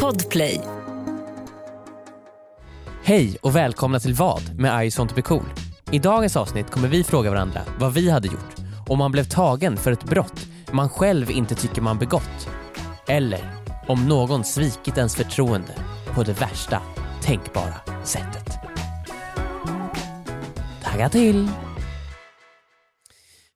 Podplay. Hej och välkomna till Vad med I just want to be cool. I dagens avsnitt kommer vi fråga varandra vad vi hade gjort om man blev tagen för ett brott man själv inte tycker man begått. Eller om någon svikit ens förtroende på det värsta tänkbara sättet. Tagga till!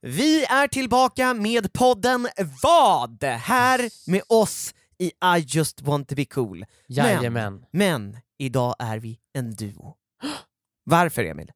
Vi är tillbaka med podden Vad? Här med oss i I just want to be cool. Jajamän. Men idag är vi en duo. Varför Emil?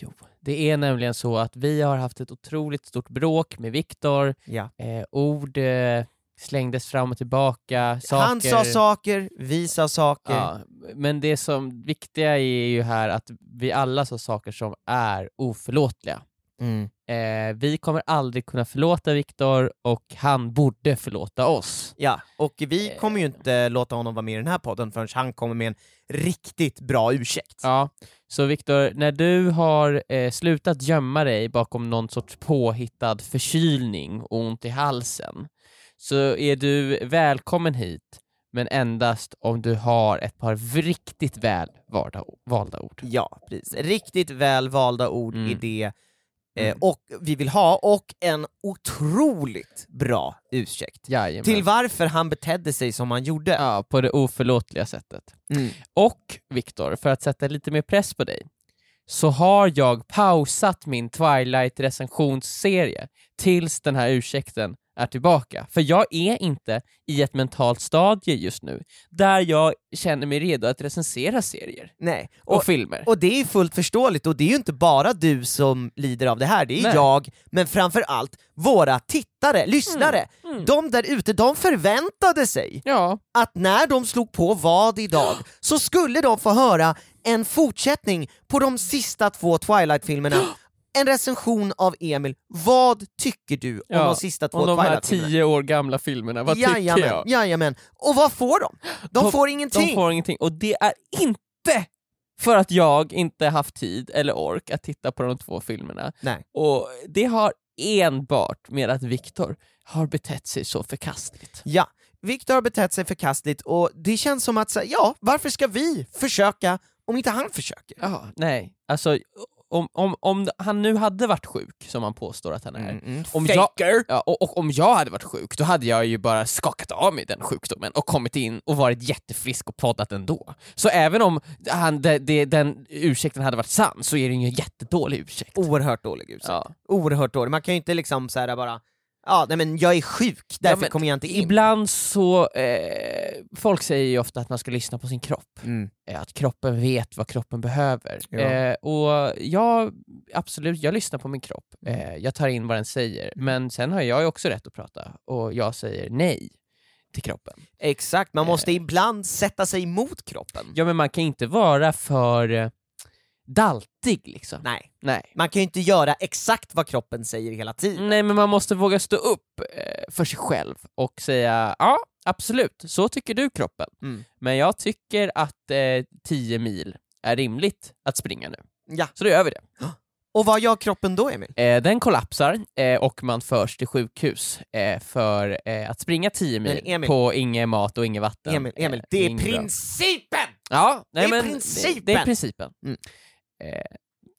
Jo, det är nämligen så att vi har haft ett otroligt stort bråk med Viktor. Ja. Eh, ord eh, slängdes fram och tillbaka. Saker... Han sa saker, vi sa saker. Ja, men det som viktiga är ju här att vi alla sa saker som är oförlåtliga. Mm. Eh, vi kommer aldrig kunna förlåta Viktor och han borde förlåta oss. Ja, och Eh. vi kommer ju inte låta honom vara med i den här podden förrän han kommer med en riktigt bra ursäkt. Ja, så Viktor, när du har eh, slutat gömma dig bakom någon sorts påhittad förkylning och ont i halsen så är du välkommen hit, men endast om du har ett par riktigt väl valda, valda ord. Ja, precis. Riktigt väl valda ord Mm. i det eh, Mm. och vi vill ha, och en otroligt bra ursäkt. Jajamän. Till varför han betedde sig som han gjorde. Ja, på det oförlåtliga sättet. Mm. Och Viktor, för att sätta lite mer press på dig, så har jag pausat min Twilight-recensionsserie tills den här ursäkten är tillbaka. För jag är inte i ett mentalt stadie just nu, där jag känner mig redo att recensera serier Nej. och, Och, filmer. och det är fullt förståeligt, och det är ju inte bara du som lider av det här, det är Nej. jag, men framför allt våra tittare, lyssnare. Mm. De där ute, de förväntade sig ja, att när de slog på vad idag så skulle de få höra en fortsättning på de sista två Twilight-filmerna. En recension av Emil, vad tycker du om Ja, de sista två om de här Twilight-filmerna? tio år gamla filmerna, vad tycker Jajamän, jag? jajamän. Och vad får de? De, De- får De ingenting! får ingenting, och det är inte för att jag inte haft tid eller ork att titta på de två filmerna. Nej. Och det har enbart med att Viktor har betett sig så förkastligt. Ja, Viktor har betett sig förkastligt och det känns som att, så här, ja, varför ska vi försöka om inte han försöker? Ja, nej. Alltså, om, om, om han nu hade varit sjuk, som han påstår att han är, Mm, Om jag- Mm. Faker! ja, och, och om jag hade varit sjuk, då hade jag ju bara skakat av mig den sjukdomen och kommit in och varit jättefrisk och poddat ändå. Så även om han, det, det, den ursäkten hade varit sann så är det ju en jättedålig ursäkt. Oerhört dålig ursäkt. Ja. Oerhört dålig. Man kan ju inte liksom så här bara, ja, nej men jag är sjuk, därför men kommer jag inte in. Ibland så, eh, folk säger ju ofta att man ska lyssna på sin kropp. Mm. eh, att kroppen vet vad kroppen behöver. Ja. Eh, och jag, absolut, jag lyssnar på min kropp. Eh, jag tar in vad den säger. Men sen har jag ju också rätt att prata och jag säger nej till kroppen. Exakt, man måste ibland sätta sig emot kroppen. Eh. Ja men man kan inte vara för eh, daltig liksom. Nej, Nej. man kan ju inte göra exakt vad kroppen säger hela tiden. Nej men man måste våga stå upp eh, för sig själv och säga ja, absolut, så tycker du kroppen. Mm. Men jag tycker att eh, 10 mil är rimligt att springa nu. Ja. Så då gör vi det. Och vad gör kroppen då Emil? Eh, den kollapsar eh, och man förs till sjukhus eh, för eh, att springa 10 mil Emil- på inget mat och inget vatten. Emil, Eh, Emil, det är inget bra. principen! Ja, nej, det är men principen! Det, det är principen. Mm. Eh,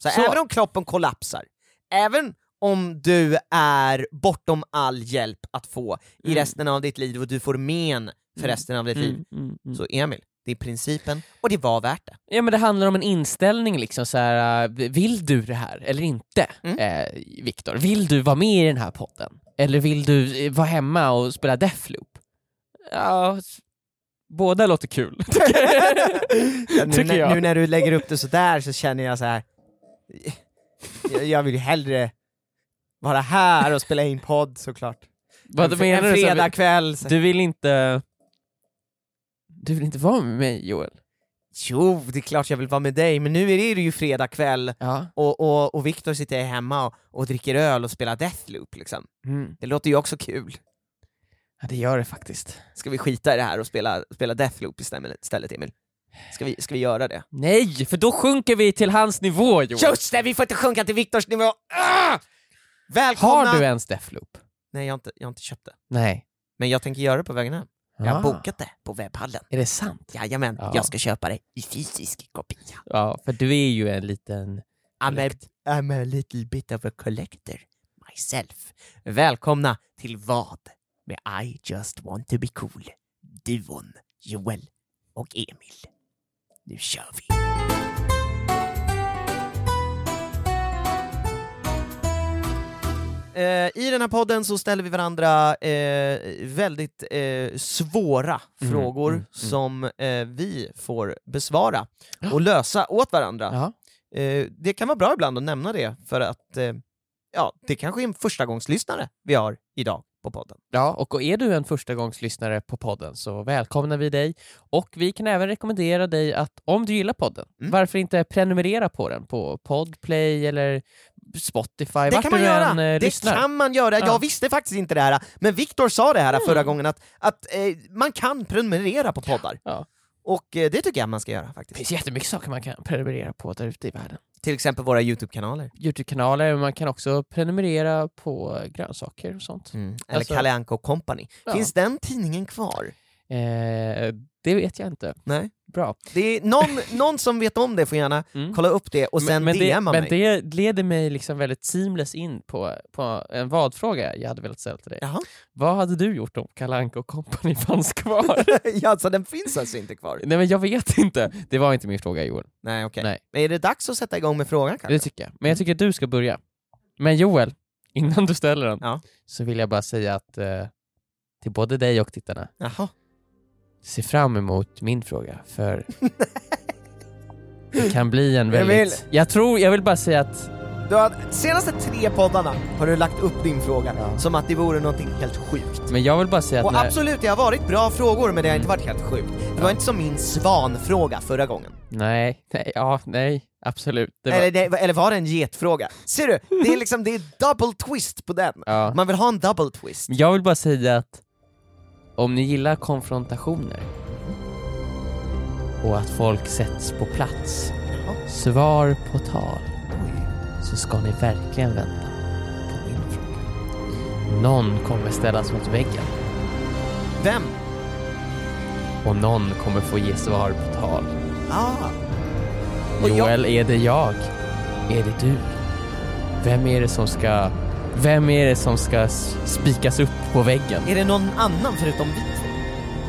Så, Så- även om kroppen kollapsar, även om du är bortom all hjälp att få i Mm. resten av ditt liv och du får men för Mm. resten av ditt liv, mm, mm, mm. så Emil, det är principen och det var värt det. Ja men det handlar om en inställning liksom så här. eh, vill du det här eller inte? Mm. Eh, Viktor, vill du vara med i den här podden? Eller vill du eh, vara hemma och spela Deathloop? Ja, s- båda låter kul. nu, Tycker när, jag. nu när du lägger upp det sådär så känner jag så här. jag- jag vill ju hellre vara här och spela in podd såklart. Vad en, menar en du? Så här, fredagkväll. så- Du vill inte... Du vill inte vara med mig Joel? Jo, det är klart jag vill vara med dig, men nu är det ju fredagkväll Ja. och, och, och Viktor sitter hemma och, och dricker öl och spelar Deathloop liksom. Mm. Det låter ju också kul. ja det gör det faktiskt. Ska vi skita i det här och spela, spela Deathloop istället Emil? Ska vi, ska vi göra det? Nej, för då sjunker vi till hans nivå Joel. Just det, vi får inte sjunka till Viktors nivå! Ah! Välkomna! Har du ens Deathloop? Nej, jag har, inte, jag har inte köpt det. Nej. Men jag tänker göra det på vägen hem. Jag har Ah. bokat det på webbhallen. Är det sant? Jajamän, Ja. jag ska köpa det i fysisk kopia. Ja, för du är ju en liten... I'm a, I'm a little bit of a collector myself. Välkomna till vad med I just want to be cool. Duon, Joel och Emil. Nu kör vi! Eh, I den här podden så ställer vi varandra eh, väldigt eh, svåra Mm, frågor mm, mm. som eh, vi får besvara och lösa åt varandra. Ja. Eh, det kan vara bra ibland att nämna det för att eh, ja, det kanske är en förstagångslyssnare vi har idag på podden. Ja, och är du en förstagångslyssnare på podden så välkomnar vi dig. Och vi kan även rekommendera dig att, om du gillar podden, Mm. varför inte prenumerera på den på Podplay eller Spotify, Det vart kan man du göra! än eh, det lyssnar. kan man göra! Ja. Mm. Jag visste faktiskt inte det här, men Viktor sa det här förra gången att, att eh, man kan prenumerera på poddar. Ja. Och eh, det tycker jag man ska göra Det faktiskt. finns jättemycket saker man kan prenumerera på där ute i världen. Till exempel våra YouTube-kanaler. Youtube-kanaler, men man kan också prenumerera på eh, grönsaker och sånt. Mm. Eller Alltså- Kalle Anka och Company. Ja. Finns den tidningen kvar? Eh, det vet jag inte. Nej. Bra. Det är någon, någon som vet om det får gärna Mm. kolla upp det och sen men, DMa det, mig. men det leder mig liksom väldigt seamless in på, på en vadfråga jag hade velat ställa till dig. Jaha. Vad hade du gjort om Kalle Anka och kompani fanns kvar? ja, alltså den finns alltså inte kvar? Nej men jag vet inte. Det var inte min fråga Joel. Nej okej. Nej. Men är det dags att sätta igång med frågan kanske? Mm. Det tycker jag. Men jag tycker att du ska börja. Men Joel, innan du ställer den, Ja. så vill jag bara säga att eh, till både dig och tittarna, Jaha. se fram emot min fråga för det kan bli en Jag väldigt... Jag tror, jag vill bara säga att Du har, senaste tre poddarna har du lagt upp din fråga Ja. som att det vore någonting helt sjukt. Men jag vill bara säga att Och när... Mm. absolut, det har varit bra frågor men det har inte varit helt sjukt. Det var inte som min svanfråga förra gången. Nej, nej, ja, nej, absolut. Det var... Eller, det, eller var det en getfråga? Ser du? Det är liksom, det är double twist på den. Ja. Man vill ha en double twist. Men Jag vill bara säga att om ni gillar konfrontationer och att folk sätts på plats, Jaha. svar på tal, Oj. så ska ni verkligen vänta på min fråga. Någon kommer ställas mot väggen Vem? och någon kommer få ge svar på tal. Ah. Och jag- Joel, är det jag? Är det du? Vem är det som ska... Vem är det som ska s- spikas upp på väggen? Är det någon annan förutom vi?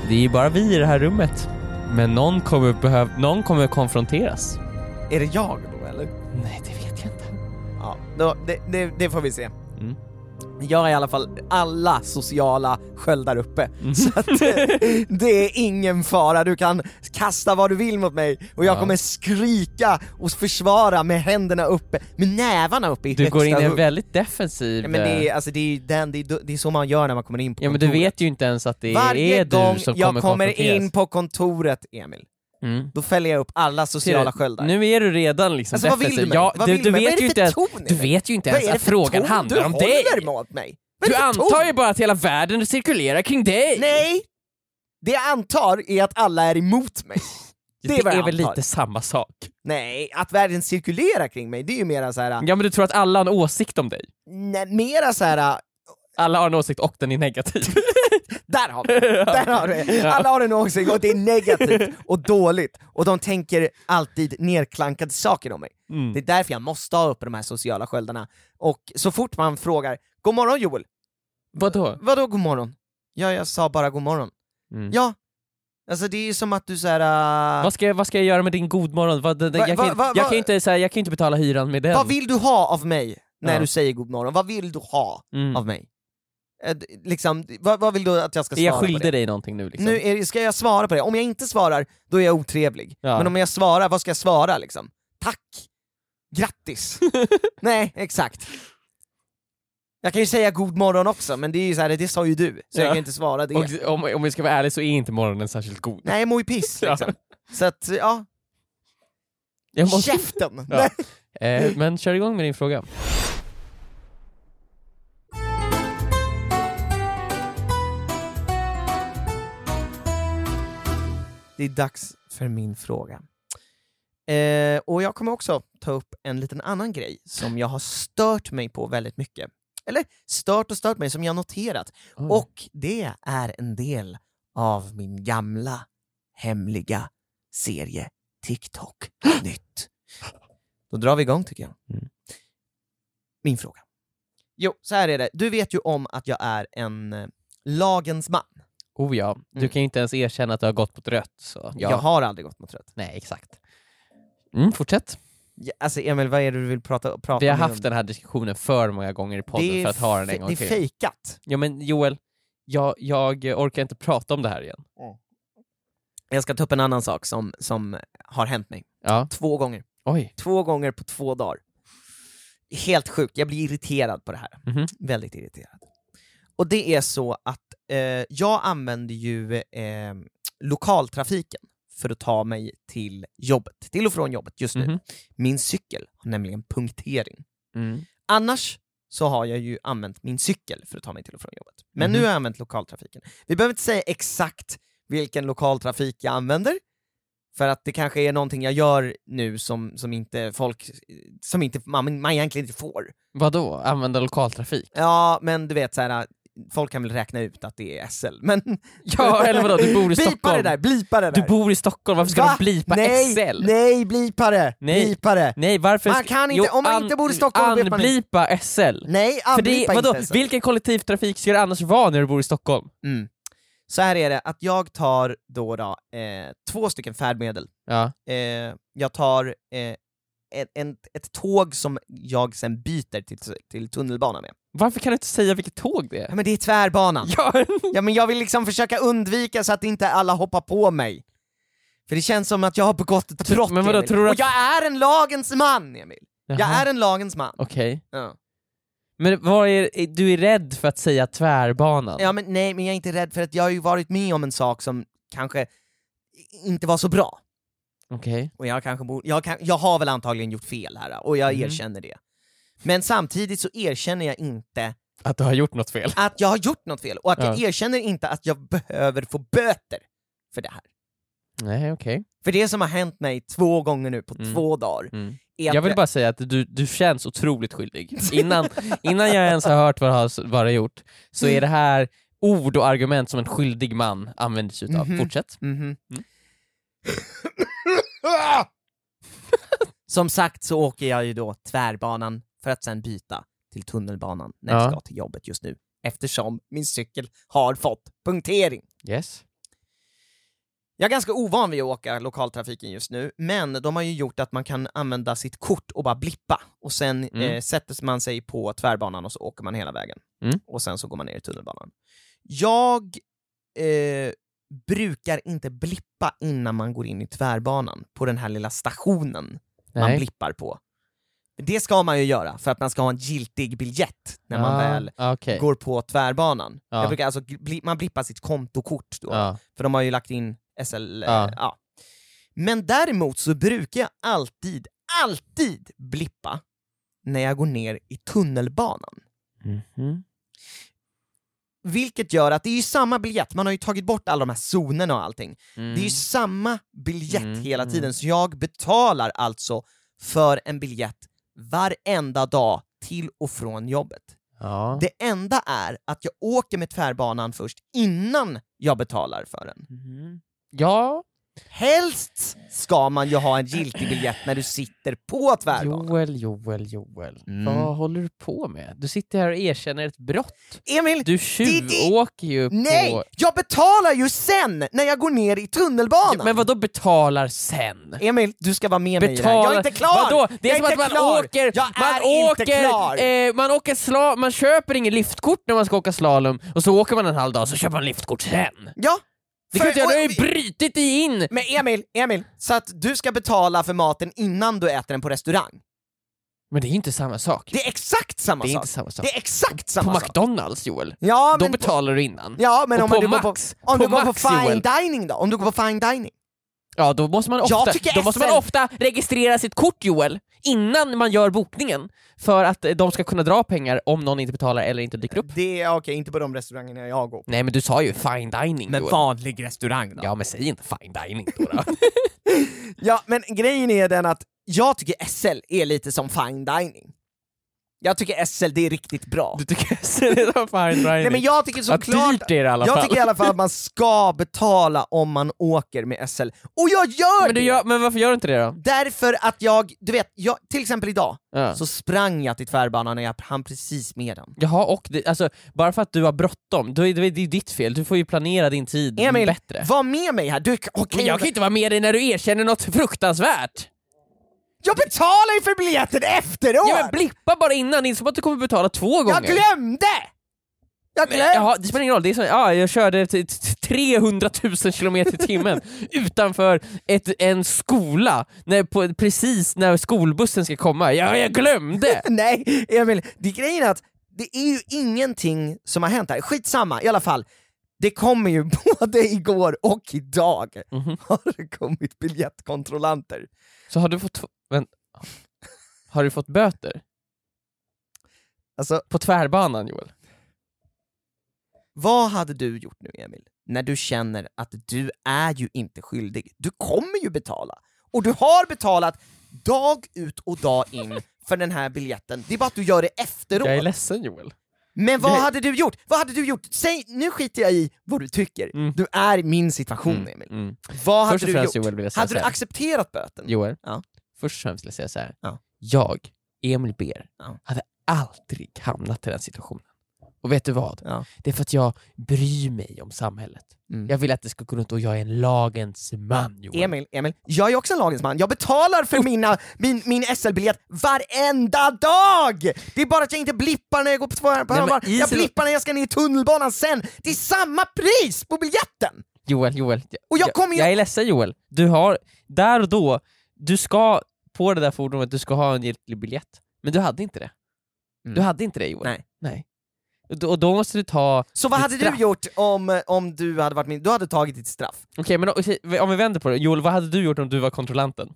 Det är bara vi i det här rummet. Men någon kommer, behöv- någon kommer konfronteras. Är det jag då eller? Nej, det vet jag inte. Ja, då, det, det, det får vi se. Mm. Jag har i alla fall alla sociala sköldar uppe, Mm. så att eh, det är ingen fara. Du kan kasta vad du vill mot mig och jag Ja. kommer skrika och försvara med händerna uppe, med nävarna uppe i Du högsta går in i en hugg. väldigt defensiv... ja, men det, eh, är, alltså, det, är den, det, är, det är så man gör när man kommer in på ja, men kontoret. du vet ju inte ens att det Varje är gång du som jag kommer kommer konfronteras. in på kontoret, Emil, Mm. då fäller jag upp alla sociala sköldar. Nu är du redan liksom Alltså vad vill du defensiv. mig? Ja, vad du, vill du, mig? vet vad är ju det inte för ens, ton, du Emil? vet ju inte Vad ens är det att för frågan ton handlar om du dig. håller mot mig? Vad är Du det för ton? antar ju bara att hela världen cirkulerar kring dig. Nej! Det jag antar är att alla är emot mig. det, det är vad jag är väl antar. lite samma sak? Nej, att världen cirkulerar kring mig, det är ju mera så här, Ja men du tror att alla har en åsikt om dig? nej, mera så här. Alla har en åsikt och den är negativ. där har vi det. Där har vi det. Alla har en åsikt och det är negativt och dåligt och de tänker alltid nerklankade saker om mig. Mm. Det är därför jag måste ha upp de här sociala sköldarna. Och så fort man frågar “God morgon Joel”, Vadå? vadå god morgon? Ja, jag sa bara god morgon. Mm. Ja, alltså det är ju som att du så här. äh, Vad ska, jag, vad ska jag göra med din godmorgon? Vad, det, det- Va- jag, kan, va- va- jag, kan va- inte, så här, jag kan inte betala hyran med den. Vad vill du ha av mig när Ja. du säger god morgon? Vad vill du ha Mm. av mig? Eh, d- liksom, vad, vad vill du att jag ska Är svara jag på det? skyldig dig någonting nu liksom? Nu är, det- ska jag svara på det? Om jag inte svarar, då är jag otrevlig. Ja. Men om jag svarar, vad ska jag svara liksom? Tack! Grattis! Nej, exakt. Jag kan ju säga god morgon också, men det är ju så här, det sa ju du, så jag Ja. kan inte svara det. Och, om, om vi ska vara ärliga så är inte morgonen särskilt god. Nej, jag mår ju piss liksom. Så att, ja, Jag måste, käften! Ja. eh, men kör igång med din fråga. Det är dags för min fråga. Eh, och jag kommer också ta upp en liten annan grej som jag har stört mig på väldigt Mm. mycket. Eller stört och stört mig, som jag har noterat. Oj. Och det är en del av min gamla hemliga serie TikTok nytt. Då drar vi igång tycker jag. Mm. Min fråga. Jo, så här är det. Du vet ju om att jag är en eh, lagens man. Oh ja, du Mm. kan ju inte ens erkänna att du har gått mot rött. Så ja. Jag har aldrig gått mot rött. Nej, exakt. Mm, fortsätt. Ja, Alltså Emil, vad är det du vill prata, prata Vi har med haft om? den här diskussionen för många gånger i podden Det är för att ha den en fe- gång Det är till. fejkat. Ja men Joel, jag, jag orkar inte prata om det här igen. Jag ska ta upp en annan sak som, som har hänt mig. Ja, Två gånger. oj. Två gånger på två dagar. Helt sjukt, jag blir irriterad på det här. Mhm. Väldigt irriterad. Och det är så att eh, jag använder ju eh, lokaltrafiken för att ta mig till jobbet, till och från jobbet just nu. Mhm. Min cykel har nämligen punktering. Mm. Annars så har jag ju använt min cykel för att ta mig till och från jobbet. Men nu Mhm. har jag använt lokaltrafiken. Vi behöver inte säga exakt vilken lokaltrafik jag använder, för att det kanske är någonting jag gör nu som, som inte folk, som inte, man, man egentligen inte får. Vadå, använda lokaltrafik? Ja, men du vet så här. folk kan väl räkna ut att det är SL, men... Ja, eller vadå, du bor i Blipa det Stockholm. där, blipa det där! Du bor i Stockholm, varför ska Va? de blipa nej, SL? Nej, blipa det! Nej. Blipa det! Nej, varför... Man ska- kan inte- om man inte bor i Stockholm, vet man Anblipa SL. Nej, För det, anblipa är- vadå, inte SL. vilken kollektivtrafik ska det annars vara när du bor i Stockholm? Mm. Så här är det, att jag tar då, då eh, två stycken färdmedel. Ja. Eh, jag tar eh, en, en, ett tåg som jag sen byter till, till tunnelbana med. Varför kan du inte säga vilket tåg det Ja, är? men det är tvärbanan. Ja, Ja, men jag vill liksom försöka undvika så att inte alla hoppar på mig. För det känns som att jag har begått ett brott, men vadå, Emil. tror du att- Och jag är en lagens man, Emil! Jag Jaha, är en lagens man. Okej. Ja. Men vad är, du är rädd för att säga tvärbanan? ja, men nej, men jag är inte rädd för att jag har ju varit med om en sak som kanske inte var så bra. Okej. Och jag, kanske bor, jag, kan, jag har väl antagligen gjort fel här, och jag Mhm. erkänner det. Men samtidigt så erkänner jag inte Att du har gjort något fel? att jag har gjort något fel, och att jag erkänner inte att jag behöver få böter för det här. Nej, okej. För det som har hänt mig två gånger nu på Mm. två dagar Mm. är att Jag vill jag- bara säga att du, du känns otroligt skyldig. Innan, innan jag ens har hört vad du har, vad du har gjort, så är det här ord och argument som en skyldig man använder sig utav. Mhm. Fortsätt. Mhm. Mm. som sagt så åker jag ju då tvärbanan för att sen byta till tunnelbanan när Ja. jag ska till jobbet just nu, eftersom min cykel har fått punktering. Yes. Jag är ganska ovan vid att åka lokaltrafiken just nu, men de har ju gjort att man kan använda sitt kort och bara blippa, och sen Mm. eh, sätter man sig på tvärbanan och så åker man hela vägen. Mm. Och sen så går man ner i tunnelbanan. Jag eh, brukar inte blippa innan man går in i tvärbanan, på den här lilla stationen man Nej. blippar på. Det ska man ju göra, för att man ska ha en giltig biljett när man Ah, väl okej. går på tvärbanan. Ja. Jag brukar alltså, bli, man blippar sitt kontokort då Ja. för de har ju lagt in SL... eh, Ja. Ja. Men däremot så brukar jag alltid, alltid blippa när jag går ner i tunnelbanan. Mhm. Vilket gör att det är ju samma biljett, man har ju tagit bort alla de här zonerna och allting. Det är ju samma biljett Mm, hela mm. tiden, så jag betalar alltså för en biljett varenda dag till och från jobbet. Ja. Det enda är att jag åker med tvärbanan först innan jag betalar för den. Mhm. Ja, Helst ska man ju ha en giltig biljett när du sitter på tvärbanan. Joel, Joel, Joel. Mm. Vad håller du på med? Du sitter här och erkänner ett brott. Emil! Du tjuvåker ju på... Nej! Jag betalar ju sen när jag går ner i tunnelbanan! Men vad då betalar sen? Emil, du ska vara med mig i det här. Betalar... Jag är inte klar! Vadå? Det är jag som att man klar. åker... Jag man är inte klar! åker, eh, man åker sla, Man köper inget liftkort när man ska åka slalom, och så åker man en halv dag, så köper man liftkort sen. Ja! Det kan För- du inte göra, du har ju oj, brutit dig in! Men Emil, Emil! Så att du ska betala för maten innan du äter den på restaurang. Men det är inte samma sak. Det är exakt samma Det är sak! inte samma sak. Det är exakt På samma sak! McDonalds, Joel, Ja, då men, betalar du innan. ja, men och om man- på du går på, Max- om på du går på Max, fine Joel. dining då? Om du går på fine dining? Ja, då måste man Jag ofta, tycker då måste man SL ofta registrera sitt kort Joel, innan man gör bokningen, för att eh, de ska kunna dra pengar om någon inte betalar eller inte dyker upp. Det är okej, inte på de restaurangerna jag går på. Nej men du sa ju fine dining Joel. vanlig restaurang Ja men säg inte fine dining då. då. Ja, men grejen är den att jag tycker SL är lite som fine dining. Jag tycker SLD är riktigt bra. Du tycker det var fine Nej dining? men jag tycker att såklart... dyrt är det i alla Jag fall. tycker i alla fall att man ska betala om man åker med SL. Och jag gör men, du det! gör, men varför gör du inte det då? Därför att jag, du vet, jag, till exempel idag Ja. så sprang jag till tvärbanan när jag hann precis med den. Jaha, och det, alltså, bara för att du har bråttom, då är det, det är ju ditt fel. Du får ju planera din tid Emil, Mm, bättre. var med mig här! Du, okay, Men jag kan ju inte vara med dig när du erkänner något fruktansvärt! jag betalar ju för biljetten efteråt! Ja, men blippa bara innan, det är inte som att du kommer betala två gånger. jag glömde! Jag glömde! Jaha, det spelar ingen roll, det är så, ja, jag körde t- t- 300 000 kilometer i timmen utanför ett, en skola när, på, precis när skolbussen ska komma. Ja, jag glömde! Nej, Emil, det är grejen är att det är ju ingenting som har hänt här. Skitsamma, i alla fall. Det kommer ju både igår och idag Mhm. har det kommit biljettkontrollanter. Så har du fått... vänt- har du fått böter? Alltså, På tvärbanan Joel? vad hade du gjort nu Emil? När du känner att du är ju inte skyldig. Du kommer ju betala. Och du har betalat dag ut och dag in för den här biljetten. Det är bara att du gör det efteråt. Jag är ledsen Joel. Men vad Nej. hade du gjort? Vad hade du gjort? Säg, nu skiter jag i vad du tycker. Mm. Du är i min situation Emil. Mm. Vad Först hade och du främst gjort? Joel vill jag säga Hade du så här. accepterat böten? Joel, Ja. först och främst vill jag säga så här. Ja. Jag, Emil Ber, Ja. hade aldrig hamnat i den situationen. Och vet du vad? Ja. Det är för att jag bryr mig om samhället. Mm. Jag vill att det ska gå runt och jag är en lagens man Joel. Emil, Emil, jag är också en lagens man. Jag betalar för Oh. mina, min, min SL-biljett varenda dag! Det är bara att jag inte blippar när jag går på två- på Nej, men halvbar. i Jag sin- blippar när jag ska ner i tunnelbanan sen. Det är samma pris på biljetten! Joel, Joel. Och jag kommer ju- jag är ledsen Joel. Du har, där och då, du ska, på det där fordonet, du ska ha en giltig biljett. Men du hade inte det. Mm. Du hade inte det Joel. Nej. Nej. Och då, och då måste du ta Så vad Ditt hade du straff. gjort om, om du hade varit min... Du hade tagit ditt straff. Okej, men o- om vi vänder på det. Joel, vad hade du gjort om du var kontrollanten?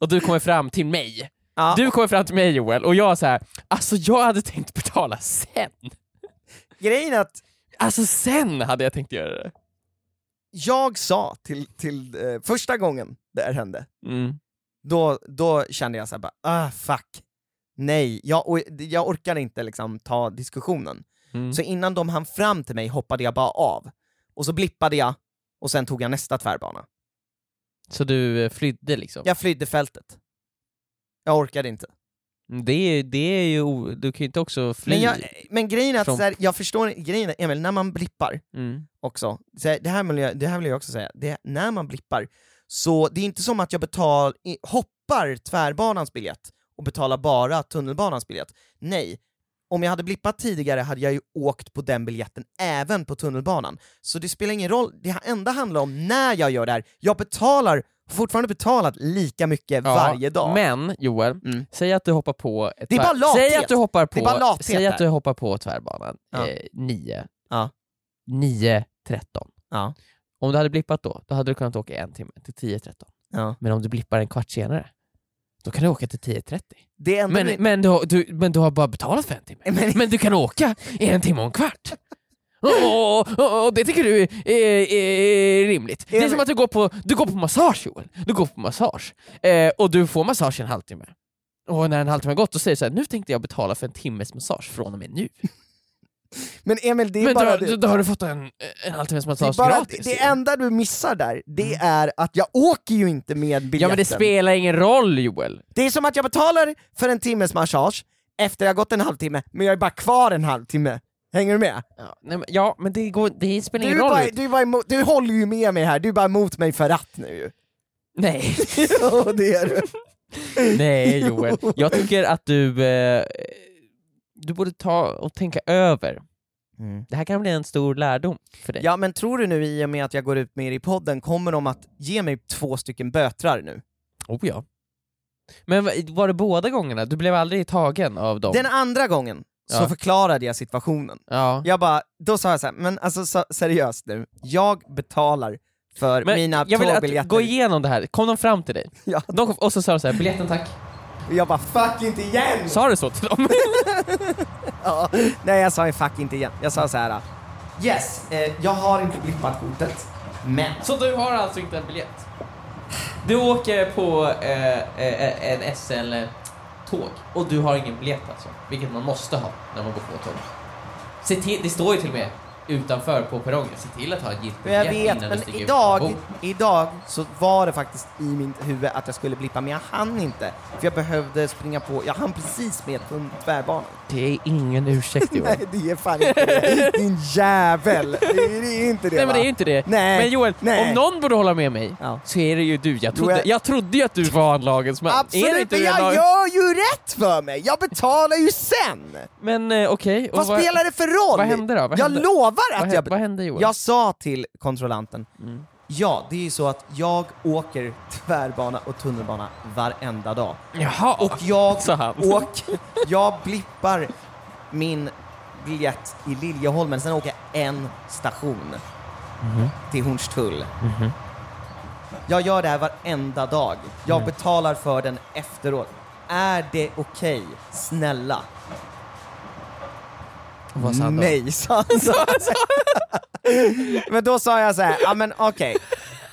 Och du kommer fram till mig. Ja. Du kommer fram till mig Joel, och jag så här. alltså jag hade tänkt betala sen. Grejen är att Alltså sen hade jag tänkt göra det. jag sa till, till eh, första gången det här hände, Mm. då, då kände jag såhär bara, ah fuck. Nej, jag, or- jag orkar inte liksom ta diskussionen. Mm. Så innan de hann fram till mig hoppade jag bara av. Och så blippade jag, och sen tog jag nästa tvärbana. Så du eh, flydde liksom? Jag flydde fältet. Jag orkade inte. Mm, Det är, det är ju, o- du kan ju inte också fly. Men, jag, men grejen är att Från- så här, jag förstår, grejen är, Emil, när man blippar Mm. också, så här, det, här vill jag, det här vill jag också säga, det, när man blippar, så det är inte som att jag betal, i- hoppar tvärbanans biljett och betalar bara tunnelbanans biljett. Nej, om jag hade blippat tidigare hade jag ju åkt på den biljetten även på tunnelbanan. Så det spelar ingen roll, det enda handlar om när jag gör det här, jag betalar, har fortfarande betalat lika mycket Ja, varje dag. Men Joel, Mm. säg att du hoppar på... Ett Det är tvär- bara lathet. Säg att du hoppar på, Det är bara lathet säg att där. du hoppar på tvärbanan Ja. eh, 9. Ja. 9.13. Ja. Om du hade blippat då, då hade du kunnat åka en timme till 10.13. Ja. Men om du blippar en kvart senare, då kan du åka till 10.30. Det enda Men, blir- men, du, har- du, men du har bara betalat för en timme. Men- Men du kan åka i en timme och en kvart. Och det tycker du är, är, är rimligt. Det är Emil- som att du går på, du går på massage Joel. Du går på massage. Eh, och du får massage i en halvtimme. Och när en halvtimme har gått då säger du så här, nu tänkte jag betala för en timmes massage från och med nu. men Emil, det är Men då, bara det. då, då har du fått en, en halvtimmes Det, är massage bara, gratis. det Joel. enda du missar där, det är att jag åker ju inte med biljetten. Ja men det spelar ingen roll Joel. Det är som att jag betalar för en timmes massage efter jag har gått en halvtimme, men jag är bara kvar en halvtimme. Hänger du med? Ja, nej, men, ja men det, går, det spelar Du, ingen är roll. bara, Joel. du, är bara emot, du håller ju med mig här, du är bara emot mig för att nu ju. Nej. Jo, det är du. Nej Joel, jag tycker att du, eh, du borde ta och tänka över. Det här kan bli en stor lärdom för dig. Ja men tror du nu i och med att jag går ut med er i podden, kommer de att ge mig två stycken bötrar nu? Oh, ja. Men va- var det båda gångerna? Du blev aldrig tagen av dem? Den andra gången så Ja. förklarade jag situationen. Ja. Jag bara, då sa jag så här, men alltså så, seriöst nu, jag betalar för Men mina jag vill att tågbiljetter. gå igenom det här, kom de fram till dig? Ja. De kom, och så sa de så här, biljetten tack. Jag bara, fuck inte igen! Sa du så till dem? Ja. Nej jag sa ju fuck inte igen, jag sa så här. Yes, eh, jag har inte blippat kortet, men... så du har alltså eh, inte en biljett? Du åker på eh, eh, en SL tåg. Och du har ingen biljett alltså, vilket man måste ha när man går på tåg. Se till, det står ju till och med utanför på perrongen, se till att ha en giltig Men jag biljett vet, innan du men stiger idag, ut idag så var det faktiskt i mitt huvud att jag skulle blippa, men jag hann inte. För jag behövde springa på, jag hann precis med från tvärbanan. Det är ingen ursäkt Joel. Nej, det är fan inte det. Din jävel! Det är, det är inte det Nej va? men det är ju inte det. Nej, men Joel, nej. om någon borde hålla med mig Ja. så är det ju du. Jag trodde, Joel- jag trodde ju att du var en lagens man. är det Absolut, inte men du en jag lag- gör ju rätt för mig! Jag betalar ju sen! Men eh, okej, och Vad spelar det för roll? vad hände då? Vad jag hände? lovar vad, att hä- jag... vad hände Joel? Jag sa till kontrollanten, Mm. ja det är ju så att jag åker tvärbana och tunnelbana varenda dag. Jaha, Och jag sa han. åker, jag blippar min biljett i Liljeholmen, sen åker jag en station till Hornstull. Jag gör det här varenda dag. Jag betalar för den efteråt. Är det okej? Snälla. Och vad sa han då? Nej, sa han. Sa han. men då sa jag så här, ja men okej.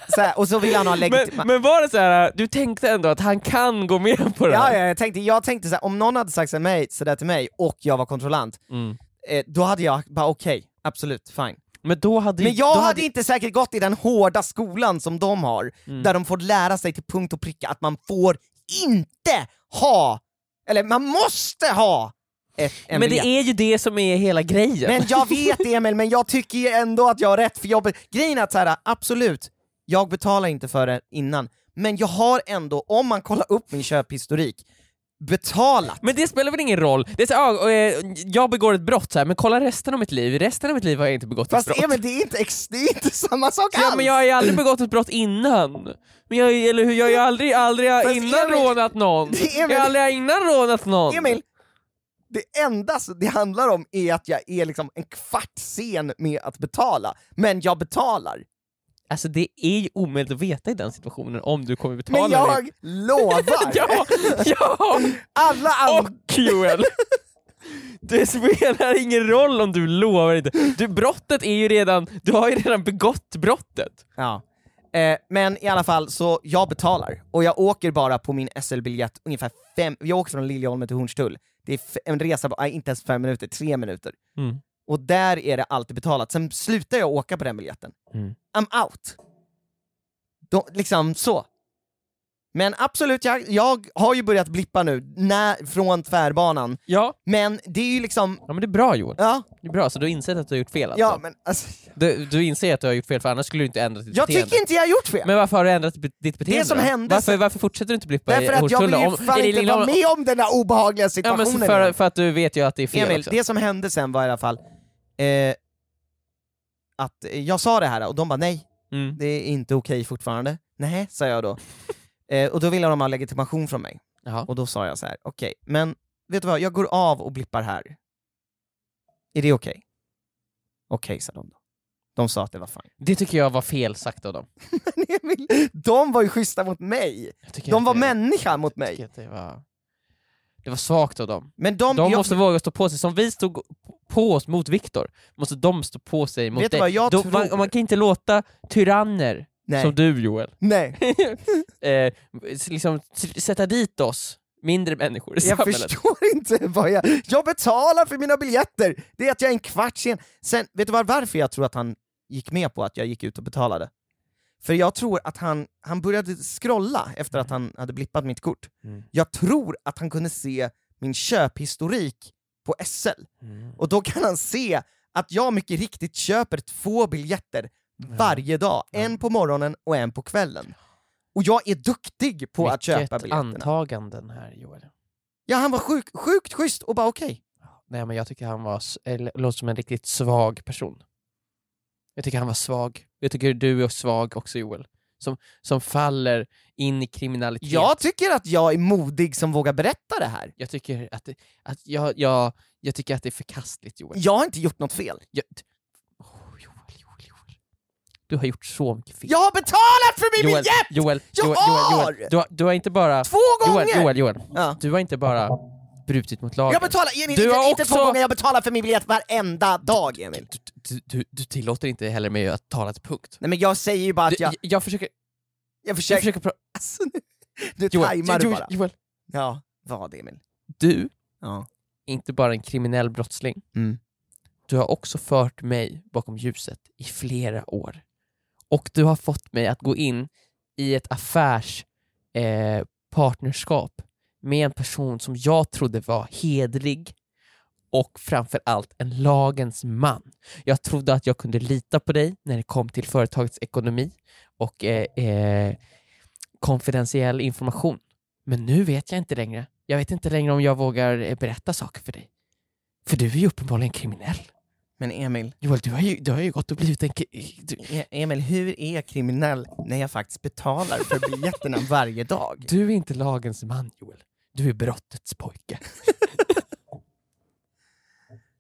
Så här, Och så vill han ha legitimation. Men, men var det så här, äh, du tänkte ändå att han kan gå med på det Ja, här? ja, jag tänkte, jag tänkte så här, om någon hade sagt så här mig, så där till mig och jag var kontrollant, Mm. eh, då hade jag bara okej, absolut, fine. Men då hade ju- Men jag då hade, inte säkert gått i den hårda skolan som de har, Mm. där de får lära sig till punkt och pricka att man får INTE ha, eller man måste ha ett, en Men det biljett. är ju det som är hela grejen. Men jag vet Emil, men jag tycker ju ändå att jag har rätt för jobbet. Grejen är att så här, absolut, jag betalar inte för det innan, men jag har ändå, om man kollar upp min köphistorik, betalat Men det spelar väl ingen roll? Det är så, här, ah, eh, jag begår ett brott så här, men kolla resten av mitt liv, resten av mitt liv har jag inte begått Fast ett brott. Emil, det är inte, ex- det är inte samma sak alls! Ja, men jag har ju aldrig begått ett brott innan. Men jag, eller hur, jag har ju aldrig, aldrig Fast innan Emil- rånat någon. Det är Jag väl- har aldrig innan rånat någon. Emil, det enda s- det handlar om är att jag är liksom en kvart sen med att betala, men jag betalar. Alltså det är ju omöjligt att veta i den situationen om du kommer betala Men eller jag inte. lovar! Ja, ja! Alla andra... Och Joel! Det spelar ingen roll om du lovar inte. Du, brottet är ju redan, du har ju redan begått brottet. Ja. Eh, men i alla fall, så jag betalar. Och jag åker bara på min SL-biljett ungefär fem... Jag åker från Liljeholmen till Hornstull. Det är f- en resa på, nej, inte ens fem minuter, tre minuter. Mm. Och där är det alltid betalat. Sen slutar jag åka på den biljetten. Mm. I'm out. Då, liksom så. Men absolut, jag, jag har ju börjat blippa nu när, från tvärbanan. Ja. Men det är ju liksom... ja, men det är bra Joel. Ja, Det är bra, så du har insett att du har gjort fel alltså. ja men alltså, Du, du inser att du har gjort fel för annars skulle du inte ändra ditt Jag beteende. tycker inte jag har gjort fel. Men varför har du ändrat ditt beteende som då? hände- varför, varför fortsätter du inte blippa i Därför att jag vill Hornstulla? ju Om- är fan det inte lilla- vara med om den här obehagliga Ja, men situationen. så igen. för, för att du vet ju att det är fel Emil, också. det som hände sen var i alla fall eh, att eh, jag sa det här och de bara nej, Mm. det är inte okej fortfarande. Nej, sa jag då. Eh, och då ville de ha legitimation från mig. Jaha. Och då sa jag så här, okej, men vet du vad, jag går av och blippar här. Är det okej? Okej, sa de då. De sa att det var fine. Det tycker jag var fel sagt av dem. Men Emil, de var ju schyssta mot mig! Jag tycker De att var det- människa mot jag mig. tycker att Det var, det var svagt av dem. Men de, De jag, måste våga stå på sig. Som vi stod på oss mot Viktor, måste de stå på sig mot Vet du dig. vad jag De- tror? man, man kan inte låta tyranner nej, som du Joel, nej. eh, s- liksom s- sätta dit oss, mindre människor i Jag samhället. förstår inte vad jag... Jag betalar för mina biljetter! Det är att jag är en kvart sen. Sen, vet du var- varför jag tror att han gick med på att jag gick ut och betalade? För jag tror att han, han började scrolla efter att han hade blippat mitt kort. Mm. Jag tror att han kunde se min köphistorik på SL. Mm. Och då kan han se att jag mycket riktigt köper två biljetter varje dag. Ja. En på morgonen och en på kvällen. Och jag är duktig på att köpa Mycket biljetterna. antaganden här Joel. Ja, han var sjuk, sjukt schysst och bara okej. Nej men jag tycker han var, s- eller, låter som en riktigt svag person. Jag tycker han var svag. Jag tycker du är svag också Joel. Som, som faller in i kriminalitet. Jag tycker att jag är modig som vågar berätta det här. Jag tycker att, det, att jag, jag, jag tycker att det är förkastligt Joel. Jag har inte gjort något fel. Jag, oh, Joel, Joel, Joel. Du har gjort så mycket fel. Jag har betalat för min Joel, biljett Joel, Jag Joel, Joel, har! Joel. Du, har, du har inte bara... två gånger! Joel, Joel, Joel. Ja. Du har inte bara brutit mot lagen. Jag betalar, Emil, Du inte, har inte också- två gånger, jag betalar för min biljett varenda dag Emil. Du, du, du, du tillåter inte heller mig att tala till punkt. Nej men jag säger ju bara Du, att jag, jag, jag försöker... jag Jag försöker... försöker pra- Alltså, nu, nu Joel, tajmar du Joel, bara. Joel, Ja. Vad, Emil? Du Ja. inte bara en kriminell brottsling. Mm. Du har också fört mig bakom ljuset i flera år. Och du har fått mig att gå in i ett affärspartnerskap eh, partnerskap med en person som jag trodde var hedlig och framförallt en lagens man. Jag trodde att jag kunde lita på dig när det kom till företagets ekonomi och eh, eh, konfidentiell information. Men nu vet jag inte längre. Jag vet inte längre om jag vågar eh, berätta saker för dig. För du är ju uppenbarligen kriminell. Men Emil, Joel, du har ju, du har ju gått och blivit en... ki- Du, E- Emil, hur är jag kriminell när jag faktiskt betalar för biljetterna varje dag? du är inte lagens man, Joel. Du är brottets pojke.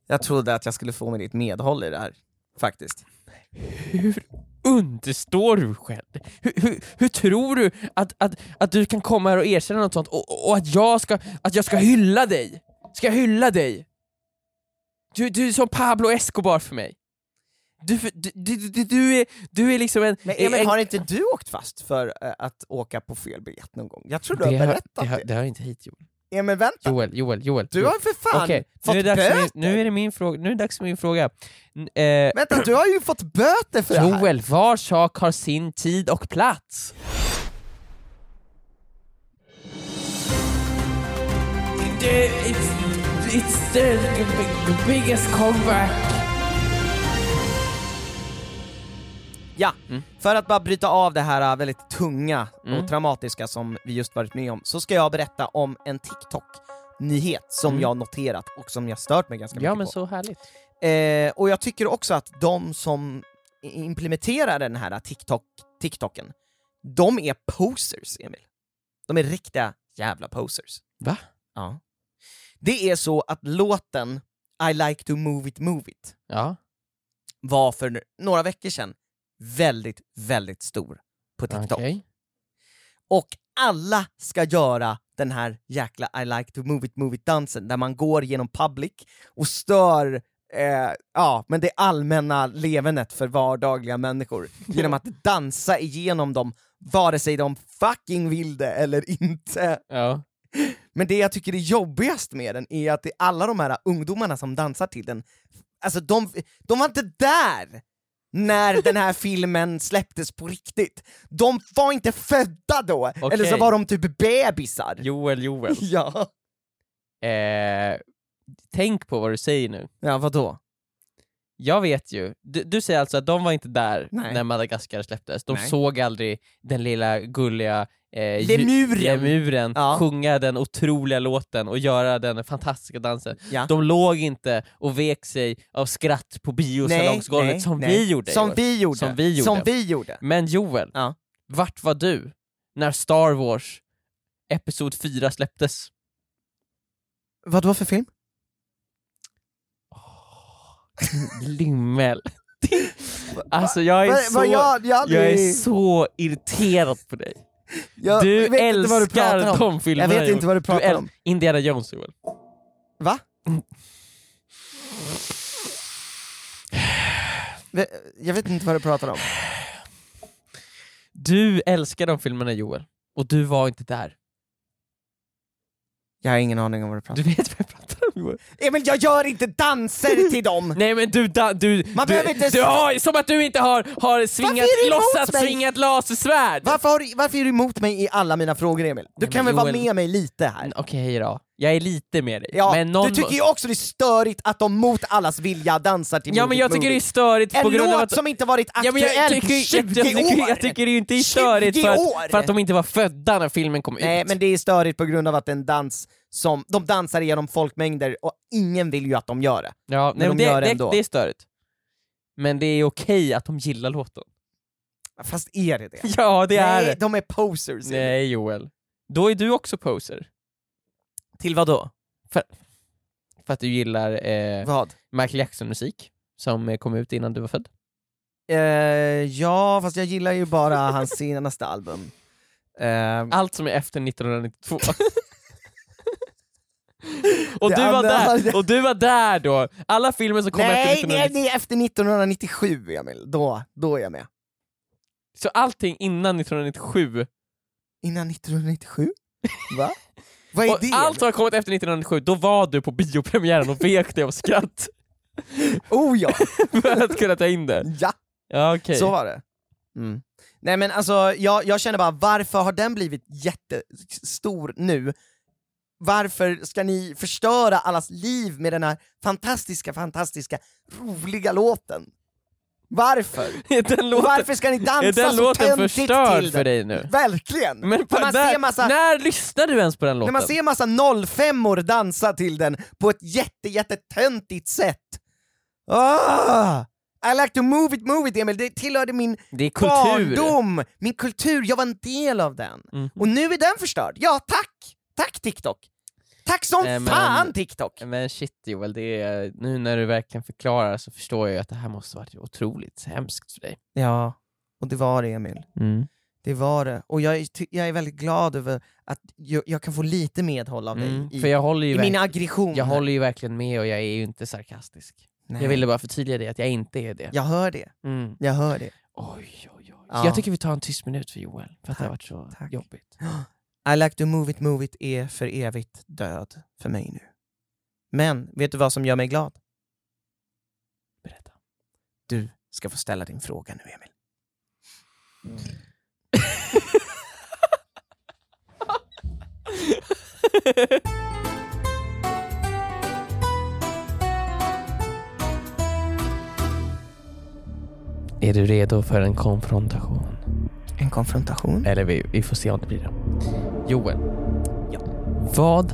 Jag trodde att jag skulle få med ditt medhåll i det här, faktiskt. Hur understår du själv? Hur, hur, hur tror du att, att, att du kan komma här och erkänna något sånt och, och- och att, jag ska, att jag ska hylla dig? Ska jag hylla dig? Du, du är som Pablo Escobar för mig. Du, du, du, du, du, är, du är liksom en... Men Emil, en, har inte du åkt fast för eh, att åka på fel biljett någon gång? Jag tror du det, har hör, berättat det, det. hör, det hör inte hit Joel. Emil, vänta! Joel, Joel, Joel. Du har ju för fan Okej, fått nu, är det dags för min- böter! nu är det min fråga. Nu är det dags för min fråga. N- Eh, Vänta, du har ju fått böter för det här! Joel, var sak har sin tid och plats. It's, it's the, biggest comeback. Ja, för att bara bryta av det här äh, väldigt tunga Mm. och traumatiska som vi just varit med om, så ska jag berätta om en TikTok-nyhet som jag noterat och som jag stört mig ganska Mm. Ja mycket men på. så härligt. Eh, och jag tycker också att de som i- implementerar den här eh, TikTok, TikToken, de är posers, Emil. De är riktiga jävla posers. Va? Ja. Det är så att låten I like to move it, move it Ja. var för några veckor sedan väldigt, väldigt stor på TikTok. Okej. Och alla ska göra den här jäkla I like to move it, move it-dansen där man går genom public och stör eh, ja, men det allmänna levernet för vardagliga människor genom att dansa igenom dem vare sig de fucking vill det eller inte. Ja. Men det jag tycker är jobbigast med den är att det är alla de här ungdomarna som dansar till den, alltså de, de var inte där när den här filmen släpptes på riktigt. De var inte födda då, eller så Okej. var de typ bebisar. Joel, Joel. Ja. Eh, tänk på vad du säger nu. ja, vadå? Jag vet ju. Du, du säger alltså att de var inte där Nej. när Madagaskar släpptes. De Nej. såg aldrig den lilla gulliga eh, ju- Lemuren. lemuren Ja. sjunga den otroliga låten och göra den fantastiska dansen. Ja. De låg inte och vek sig av skratt på biosalongsgolvet som nej. vi gjorde. Som Joel. vi gjorde. Som vi gjorde. Som vi gjorde. Men Joel, Ja. vart var du när Star Wars Episod 4 släpptes? Vadå för film? Limmel. alltså jag är Vad- så... vad jag, jag, aldrig- Jag är så irriterad på dig. jag du vet inte vad du älskar pratar om. de filmerna. Jag vet inte vad du Joel. pratar äl- om. Indiana Jones Joel. Va? Ve- Jag vet inte vad du pratar om. Du älskar de filmerna Joel. Och du var inte där. Jag har ingen aning om vad du pratar Du om. vet vad jag pratar om Joel. Emil, jag gör inte danser till dem! Nej men du... Da, du Man du, behöver inte- du har, som att du inte har, har svingat, är du emot låtsats mig? svinga ett lasersvärd. Varför, har du, varför är du emot mig i alla mina frågor, Emil? Du Nej, kan väl men vara Joel- med mig lite här? Okej då. Jag är lite med dig. Ja, men någon Du tycker ju också det är störigt att de mot allas vilja dansar till ja Move men It, jag Move tycker det är It. störigt på En grund av låt att... som inte varit Ja, aktuell men jag, tycker, i 20 jag, jag, tycker, år! jag tycker det ju inte är störigt för 20 år. att, för att de inte var födda när filmen kom Nej, ut. men det är störigt på grund av att en dans som, de dansar genom folkmängder och ingen vill ju att de gör det. Ja, nej, de men det, gör det, ändå. det är störigt. Men det är okej att de gillar låten. Fast är det det? Ja, det är Nej, det. de är posers. Emil. Nej, Joel. Då är du också poser. Till vad då? För att du gillar eh, Vad? Michael Jackson-musik som eh, kom ut innan du var född. Eh, ja, fast jag gillar ju bara hans senaste album. Eh, Allt som är efter 1992. och, Det du var andra- där, och du var där då! Alla filmer som kom efter nej, 1992. nej, nej, efter 1997 Emil, då, då är jag med. Så allting innan 1997 Innan 1997? Va? Vad är Och det? allt som har kommit efter 1997, då var du på biopremiären och vek dig av skratt Oh ja! för att kunna ta in det. ja. Ja, okej. Så var det. Mm. Nej men alltså, jag, jag känner bara, varför har den blivit jättestor nu? Varför ska ni förstöra allas liv med den här fantastiska, fantastiska, roliga låten? Varför? Är den Och låten, varför ska ni är dansa den så låten töntigt förstörd till för den? dig nu? Verkligen! Men när, man där, ser massa, när, när lyssnar du ens på den låten? man ser massa 05-or dansa till den på ett jätte, jättetöntigt sätt. Ah! I like to move it, move it Emil, det tillhörde min det är kultur. barndom, min kultur, jag var en del av den. Mm. Och nu är den förstörd. Ja, tack! Tack TikTok! Tack som Nej, men- fan TikTok! Men shit Joel, det är, nu när du verkligen förklarar så förstår jag ju att det här måste varit otroligt hemskt för dig. Ja, och det var det Emil. Det var det. Och jag är, ty- jag är väldigt glad över att jag, jag kan få lite medhåll av Mm, dig för i, jag håller, ju i verk- min aggression. jag håller ju verkligen med och jag är ju inte sarkastisk. Nej. Jag ville bara förtydliga det, att jag inte är det. jag hör det. Mm. Jag hör det. Oj, oj, oj. Ja. Jag tycker vi tar en tyst minut för Joel, för att det har varit så tack. jobbigt. I like to move it, move it är för evigt död för mig nu. Men vet du vad som gör mig glad? Berätta. Du ska få ställa din fråga nu Emil. Är du redo för en konfrontation? En konfrontation? Eller vi, vi får se om det blir det. Joel, vad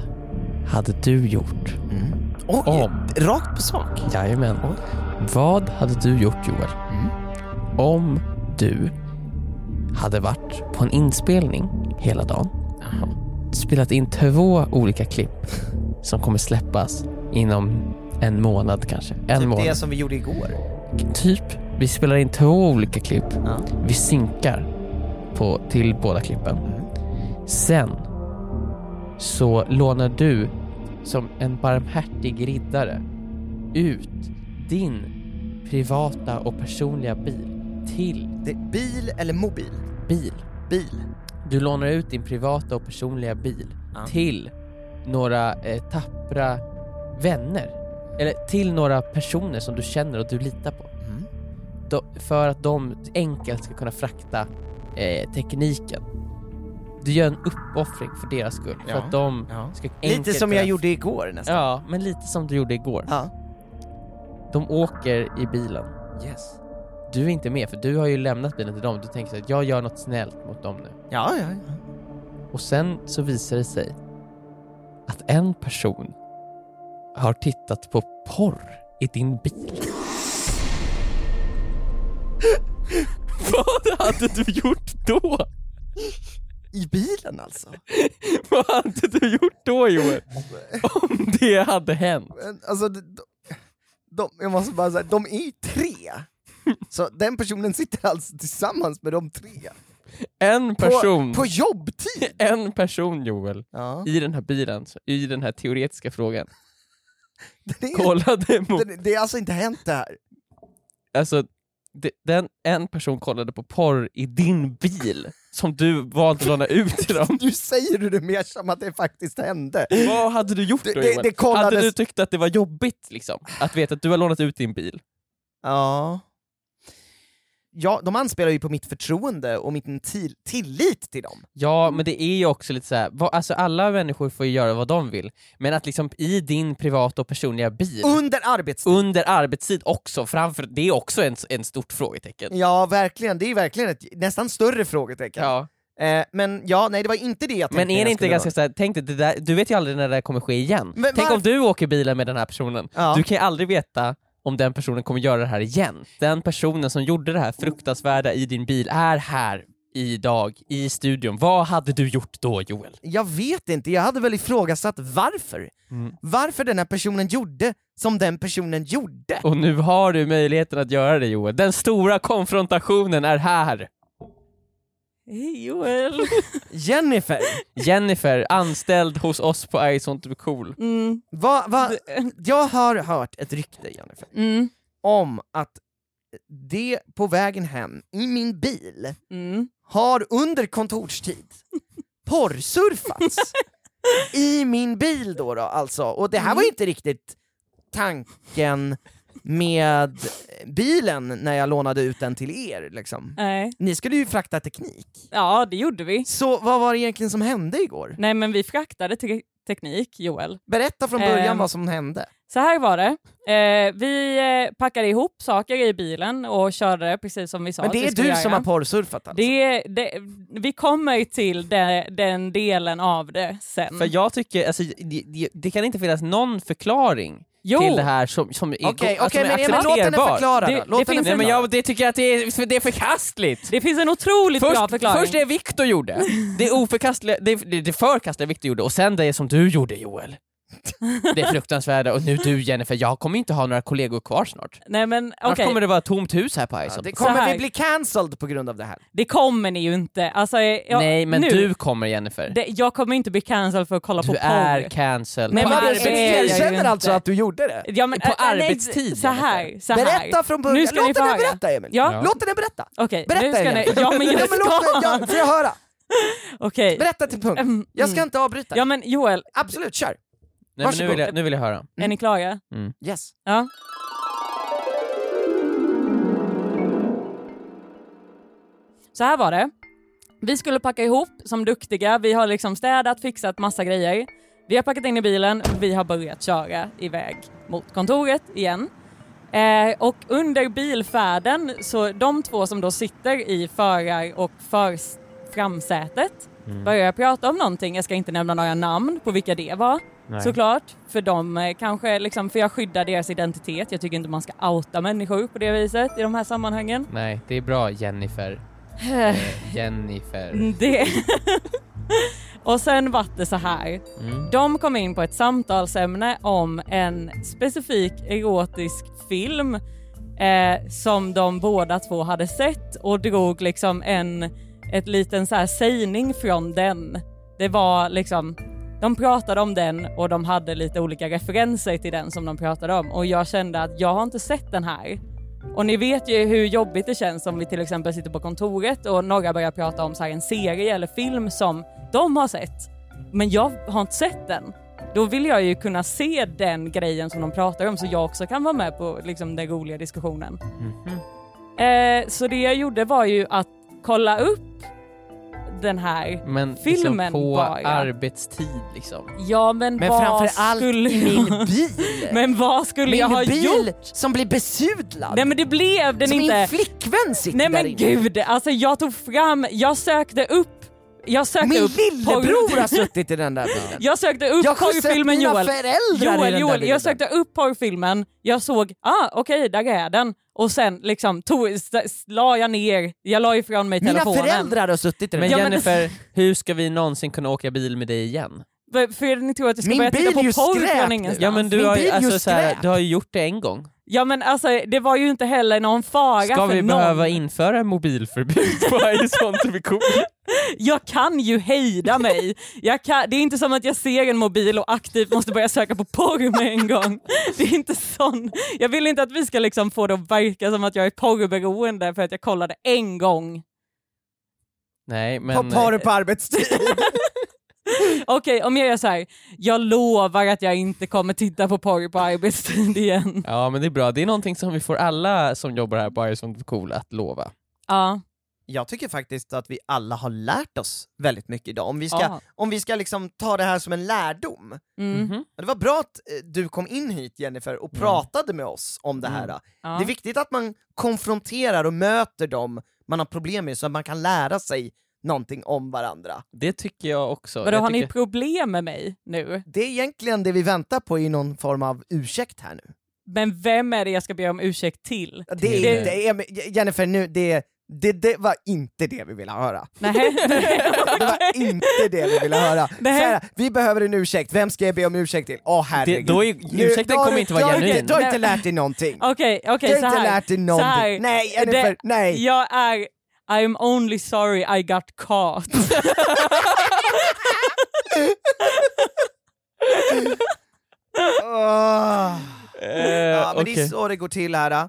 hade du gjort Mm. Oj, Om. rakt på sak. Jajamän. Oj. Vad hade du gjort Joel? Mm. Om du hade varit på en inspelning hela dagen. Spelat in två olika klipp som kommer släppas inom en månad kanske. En Typ det månad. som vi gjorde igår. Typ. Vi spelar in två olika klipp. Ja. Vi synkar på, till båda klippen. Mm. Sen så lånar du som en barmhärtig riddare ut din privata och personliga bil till Det, bil eller mobil? bil. Bil. Mm. Du lånar ut din privata och personliga bil Ja. till några eh, tappra vänner. Eller till några personer som du känner och du litar på. Mm. Då- för att de enkelt ska kunna frakta eh, tekniken. Du gör en uppoffring för deras skull. Ja. För att de Ja. ska Lite enkelt som jag kunna- gjorde igår nästan. Ja, men lite som du gjorde igår. Ja. De åker i bilen. Yes. Du är inte med för du har ju lämnat bilen till dem. Du tänker så att jag gör något snällt mot dem nu. Ja, ja, ja. Och sen så visar det sig att en person har tittat på porr i din bil. Vad hade du gjort då? I bilen alltså? Vad hade du gjort då Joel? Om det hade hänt? Men, alltså, de, de, jag måste bara säga, de är ju tre. Så den personen sitter alltså tillsammans med de tre. En På, person, på jobbtid! en person Joel, Ja. i den här bilen, så- i den här teoretiska frågan, Det, är, kollade mot... det, det är alltså inte hänt det här. Alltså, det- den, en person kollade på porr i din bil, som du valt att låna ut till dem. Nu säger du det mer som att det faktiskt hände. Vad hade du gjort Det- då det- Joel? det kollades- Hade du tyckt att det var jobbigt liksom? Att veta att du har lånat ut din bil? Ja. Ja, de anspelar ju på mitt förtroende och min till- tillit till dem. Ja, men det är ju också lite så här, vad, alltså alla människor får ju göra vad de vill, men att liksom i din privata och personliga bil, Under arbetstid. under arbetstid också, framför, det är också en, en stort frågetecken. Ja, verkligen. Det är ju verkligen ett nästan större frågetecken. Ja. Eh, men ja, nej det var inte det jag tänkte. Men är jag det inte skulle ganska såhär, tänk dig, det där, du vet ju aldrig när det där kommer ske igen. Men tänk om varför- du åker bilen med den här personen, Ja. du kan ju aldrig veta om den personen kommer göra det här igen. Den personen som gjorde det här fruktansvärda i din bil är här idag i studion. Vad hade du gjort då Joel? Jag vet inte, jag hade väl ifrågasatt varför. Varför den här personen gjorde som den personen gjorde. Och nu har du möjligheten att göra det Joel. Den stora konfrontationen är här! Hej Joel! Jennifer! Jennifer, anställd hos oss på Ice Want To Be Cool. Mm. Mm, Va, va, jag har hört ett rykte, Jennifer, mm, om att det på vägen hem, i min mm. bil, har under kontorstid porrsurfats i min bil då, då alltså. Och det här var ju inte riktigt tanken med bilen när jag lånade ut den till er. Liksom. Nej. Ni skulle ju frakta teknik. Ja, det gjorde vi. Så vad var det egentligen som hände igår? Nej, men vi fraktade te- teknik, Joel. Berätta från början Ehm. vad som hände. Så här var det. Eh, vi eh, packade ihop saker i bilen och körde precis som vi sa Men att det vi är skulle du göra. som har porrsurfat alltså? det, det, vi kommer till de, den delen av det sen. För jag tycker, alltså, det, det, det kan inte finnas någon förklaring jo, till det här som, som, är- Okej, alltså, okej som är men Emil, låt henne accepterbar. förklara Det- då. Låt det henne finns en- Nej, men förklara. jag det tycker jag att det är, det är förkastligt! det finns en otroligt bra Först, förklaring. först det Viktor gjorde, det oförkastliga, det, det, det förkastliga Viktor gjorde, och sen det som du gjorde Joel. Det fruktansvärda, och nu du Jennifer, jag kommer inte ha några kollegor kvar snart. Nej, men, Annars okej. kommer det vara tomt hus här på Ison. Ja, det Så kommer här. vi bli cancelled på grund av det här. Det kommer ni ju inte. Alltså, eh, jag, Nej men nu, du kommer Jennifer. Det, jag kommer inte bli cancelled för att kolla på du porr. är cancelled. Nej, på men det arbetstid. är jag ju erkänner inte. alltså att du gjorde det. Ja, men, på eh, nej, arbetstid, Så här, så här. Berätta från början, Nu ska ni låt få henne höra. berätta Emil. Ja, Ja. Låt henne berätta. okej. nu Berätta ska ni, ja, men jag Ja, men låt henne, ska. ja, får jag höra? Okej. Berätta till punkt. Mm, Jag ska mm. inte avbryta. Ja men Joel, Absolut, kör! Nej, men nu, vill jag, nu vill jag höra. är ni klara? Yes. Ja. Så här var det. Vi skulle packa ihop som duktiga. Vi har liksom städat, fixat massa grejer. Vi har packat in i bilen och vi har börjat köra iväg mot kontoret igen. Eh, och under bilfärden, så de två som då sitter i förar och för framsätet börjar prata om någonting. Jag ska inte nämna några namn på vilka det var såklart. För de eh, kanske liksom, för jag skyddar deras identitet. Jag tycker inte man ska outa människor på det viset i de här sammanhangen. Nej, det är bra Jennifer. Eh, Jennifer. Mm, Det. och sen vart det så här. Mm. De kom in på ett samtalsämne om en specifik erotisk film eh, som de båda två hade sett och drog liksom en ett liten så här sägning från den. Det var liksom, de pratade om den och de hade lite olika referenser till den som de pratade om och jag kände att jag har inte sett den här. Och ni vet ju hur jobbigt det känns om vi till exempel sitter på kontoret och några börjar prata om så här en serie eller film som de har sett men jag har inte sett den. Då vill jag ju kunna se den grejen som de pratar om så jag också kan vara med på liksom, den roliga diskussionen. Mhm. Eh, så det jag gjorde var ju att kolla upp den här. Men liksom Filmen på bara. arbetstid liksom. Ja men, Men vad framförallt skulle... i min bil! men vad skulle min jag ha bil gjort? som blir besudlad! Nej men det blev den så inte. min flickvän sitter Nej där men inne. gud, alltså jag tog fram, jag sökte upp, jag sökte Min upp lillebror porr- har suttit i den där bilen. Jag sökte upp Jag har sett porrfilmen mina Joel. föräldrar i Joel, den där Joel, bilden. jag sökte upp porrfilmen, jag såg, ah okej, där är den. Och sen liksom tog, s- s- la jag ner, jag la ifrån mig Mina telefonen. föräldrar har suttit i den Men där Ja, men- Jennifer, hur ska vi någonsin kunna åka bil med dig igen? För- För ni tror att jag ska Min börja titta bil på är ju porr skräp från nu. ingenstans? Ja men du Min har, ju- bil är ju alltså, så här, skräp. du har ju gjort det en gång. Ja men alltså det var ju inte heller någon fara Ska för vi någon. behöva införa mobilförbud på Ison to be cool? Jag kan ju hejda mig. Jag kan, det är inte som att jag ser en mobil och aktivt måste börja söka på porr med en gång. Det är inte sån. Jag vill inte att vi ska liksom få det att verka som att jag är porrberoende för att jag kollade en gång. Nej men... på porr på arbetstid. Okej, om jag gör så här. Jag lovar att jag inte kommer titta på porr på arbetstid igen. eh, Ja men det är bra, det är någonting som vi får alla som jobbar här på Ison to be cool att lova. Ja, jag tycker faktiskt att vi alla har lärt oss väldigt mycket idag. Om vi ska, Ja. om vi ska liksom ta det här som en lärdom. mm, Mhm. Det var bra att eh, du kom in hit Jennifer och pratade med oss om det här. Mm. ja. Det är viktigt att man konfronterar och möter dem man har problem med så att man kan lära sig någonting om varandra. Det tycker jag också. Vadå, jag har ni tycker- problem med mig nu? Det är egentligen det vi väntar på i någon form av ursäkt här nu. Men vem är det jag ska be om ursäkt till? Det är Det- inte, Emil- Jennifer, nu, det, det, det var inte det vi ville höra. Nej, nej, Det var inte det vi ville höra. Nej. Sarah, vi behöver en ursäkt, vem ska jag be om ursäkt till? Åh det, herregud. då är, Nu- ursäkten då har kommer du- inte då vara har du genuin. inte- Du har inte Nej. lärt dig någonting. Okej, okej Du så har inte här. lärt dig Så någonting. här. Nej Jennifer, Det- nej! Jag är I'm only sorry I got caught. Åh. Ja, Eh, men det är okej. så det går till här eh,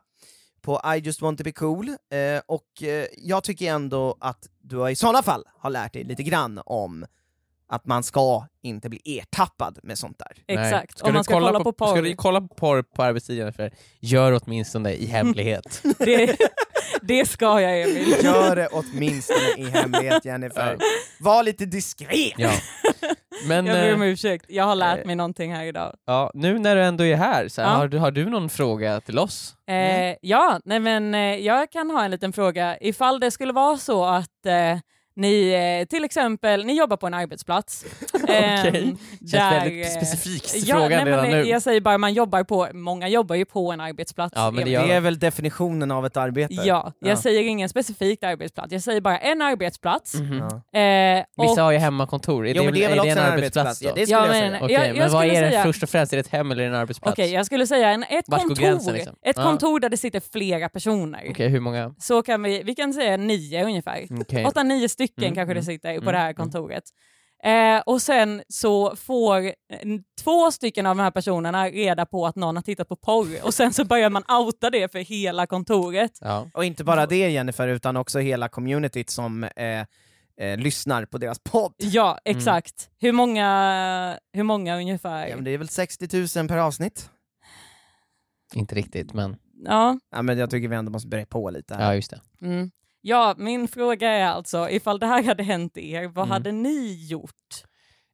på I just want to be cool. Eh, och eh, jag tycker ändå att du har i sådana fall har lärt dig lite grann om att man ska inte bli ertappad med sånt där. Exakt, Ska om du man ska kolla, på, porr. Ska du kolla på porr på arbetstiden? För gör åtminstone i hemlighet. Det, det ska jag Emil. Gör det åtminstone i hemlighet Jennifer. Var lite diskret! ja. Men Jag ber om eh, ursäkt, jag har lärt mig någonting här idag. ja, nu när du ändå är här, så här Ja. har, du, har du någon fråga till oss? Eh, ja, nej men eh, jag kan ha en liten fråga. Ifall det skulle vara så att eh, ni eh, till exempel, ni jobbar på en arbetsplats. ehm, Okej. Känns väldigt eh, specifikt ja, frågan nej, men, redan eh, nu. Jag säger bara man jobbar på, många jobbar ju på en arbetsplats. Ja, men det Emil. gör Det är väl definitionen av ett arbete? Ja, jag Ja. säger ingen specifik arbetsplats, jag säger bara en arbetsplats. Mhm. Ja. Eh, och, Vissa har ju hemmakontor, Mm. är Jo, men det är väl också en arbetsplats? Ja, då? det skulle ja, jag men, säga. Okej, jag, jag men vad skulle är det säga, först och främst? Är det ett hem eller en arbetsplats? Okej, jag skulle säga en, ett Vart går gränsen, kontor, liksom? ett Ja. kontor där det sitter flera personer. Okej, hur många? Så kan vi, vi kan säga nio ungefär. Okej. Åtta, nio stycken Mm, kanske mm, det sitter på mm, det här kontoret. Eh, och sen så får eh, två stycken av de här personerna reda på att någon har tittat på porr och sen så börjar man outa det för hela kontoret. Ja. Och inte bara det Jennifer, utan också hela communityt som eh, eh, lyssnar på deras podd. Ja, Mm. exakt. Hur, många, hur många ungefär? Ja, men det är väl 60 000 per avsnitt? Inte riktigt, men Ja. Ja, men jag tycker vi ändå måste börja på lite här. ja, just det. Mm. ja, min fråga är alltså, ifall det här hade hänt er, vad Mm. hade ni gjort?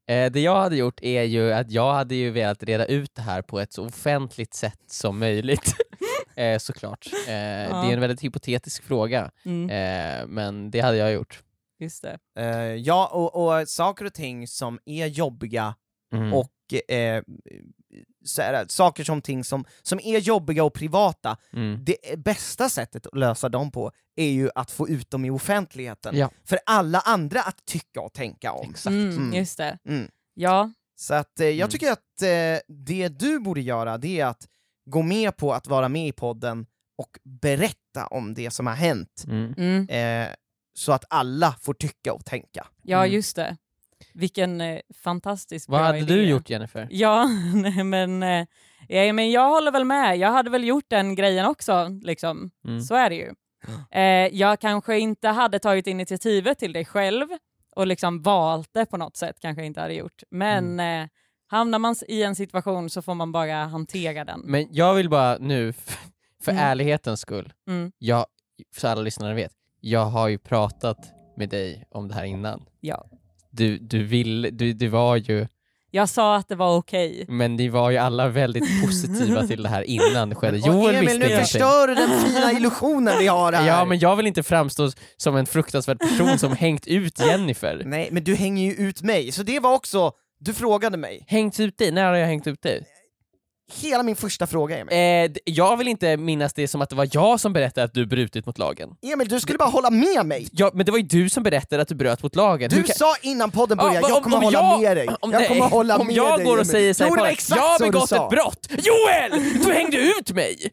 Eh, det jag hade gjort är ju att jag hade ju velat reda ut det här på ett så offentligt sätt som möjligt. eh, såklart. Eh, Det är en väldigt hypotetisk fråga, Mm, eh, men det hade jag gjort. just det. Eh, ja, och, och saker och ting som är jobbiga Mm. och eh, så här, saker som ting som, som är jobbiga och privata, Mm. det bästa sättet att lösa dem på är ju att få ut dem i offentligheten. Ja. För alla andra att tycka och tänka om. Exakt. Mm, Mm. Just det. Mm. Ja, Så att, eh, jag Mm. tycker att eh, det du borde göra det är att gå med på att vara med i podden och berätta om det som har hänt. Mm. mm. Eh, så att alla får tycka och tänka. ja Mm. just det. Vilken eh, fantastisk Vad bra hade idé. du gjort Jennifer? Ja, nej, men, eh, ja, men jag håller väl med. Jag hade väl gjort den grejen också, liksom. Mm. så är det ju. Eh, jag kanske inte hade tagit initiativet till det själv och liksom valt det på något sätt, kanske jag inte hade gjort. Men Mm. eh, hamnar man i en situation så får man bara hantera den. Men jag vill bara nu, f- för Mm. ärlighetens skull, Mm. jag, så alla lyssnare vet, jag har ju pratat med dig om det här innan. Ja. Du, du, vill, du, du var ju, Jag sa att det var okej. men ni var ju alla väldigt positiva till det här innan det skedde. Och Joel Emil, visste nu ingenting. förstör du den fina illusionen vi har här! Ja, men jag vill inte framstå som en fruktansvärd person som hängt ut Jennifer. Nej, men du hänger ju ut mig, så det var också... Du frågade mig. Hängt ut dig? När har jag hängt ut dig? Hela min första fråga, Emil. Eh, d- jag vill inte minnas det som att det var jag som berättade att du brutit mot lagen. Emil, du skulle bara hålla med mig! Ja, men det var ju du som berättade att du bröt mot lagen. Du Hur kan- sa innan podden började, Ja, men jag kommer hålla jag- med dig. Om, jag det- kommer hålla om med jag dig, går och Emil. säger såhär Jo, det var på- exakt jag har så du begått sa. ett brott! Joel! Du hängde ut mig!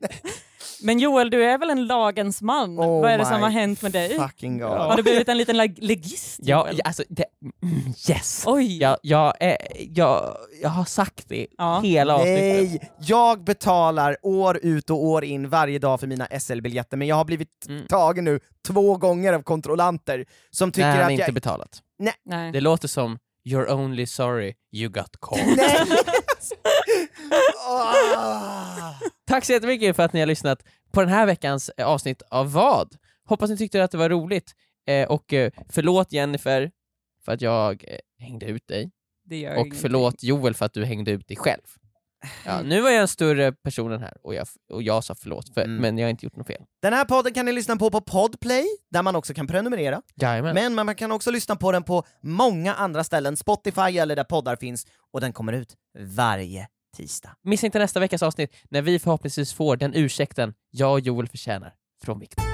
Men Joel, du är väl en lagens man? Oh Vad är det som my har hänt med dig? Fucking God. Har du blivit en liten leg- legist? Ja, Joel? ja, alltså, det, mm, yes! Oj! Jag, jag, eh, jag, jag har sagt det Ja. hela avsnittet. Nej, jag betalar år ut och år in varje dag för mina SL-biljetter, men jag har blivit Mm. tagen nu två gånger av kontrollanter som tycker Nej, han har att inte jag... betalat. Nej. Det låter som “You're only sorry you got caught”. Nej! Ah. Tack så jättemycket för att ni har lyssnat på den här veckans eh, avsnitt av Vad? Hoppas ni tyckte att det var roligt. Eh, och eh, förlåt Jennifer för att jag eh, hängde ut dig. Det gör Och ingenting. förlåt Joel för att du hängde ut dig själv. Ja, nu var jag en större person än här och jag, och jag sa förlåt, för, Mm. men jag har inte gjort något fel. Den här podden kan ni lyssna på på Podplay, där man också kan prenumerera. Jajamän. Men man kan också lyssna på den på många andra ställen, Spotify eller där poddar finns, och den kommer ut varje tisdag. Missa inte nästa veckas avsnitt när vi förhoppningsvis får den ursäkten jag och Joel förtjänar från Viktor.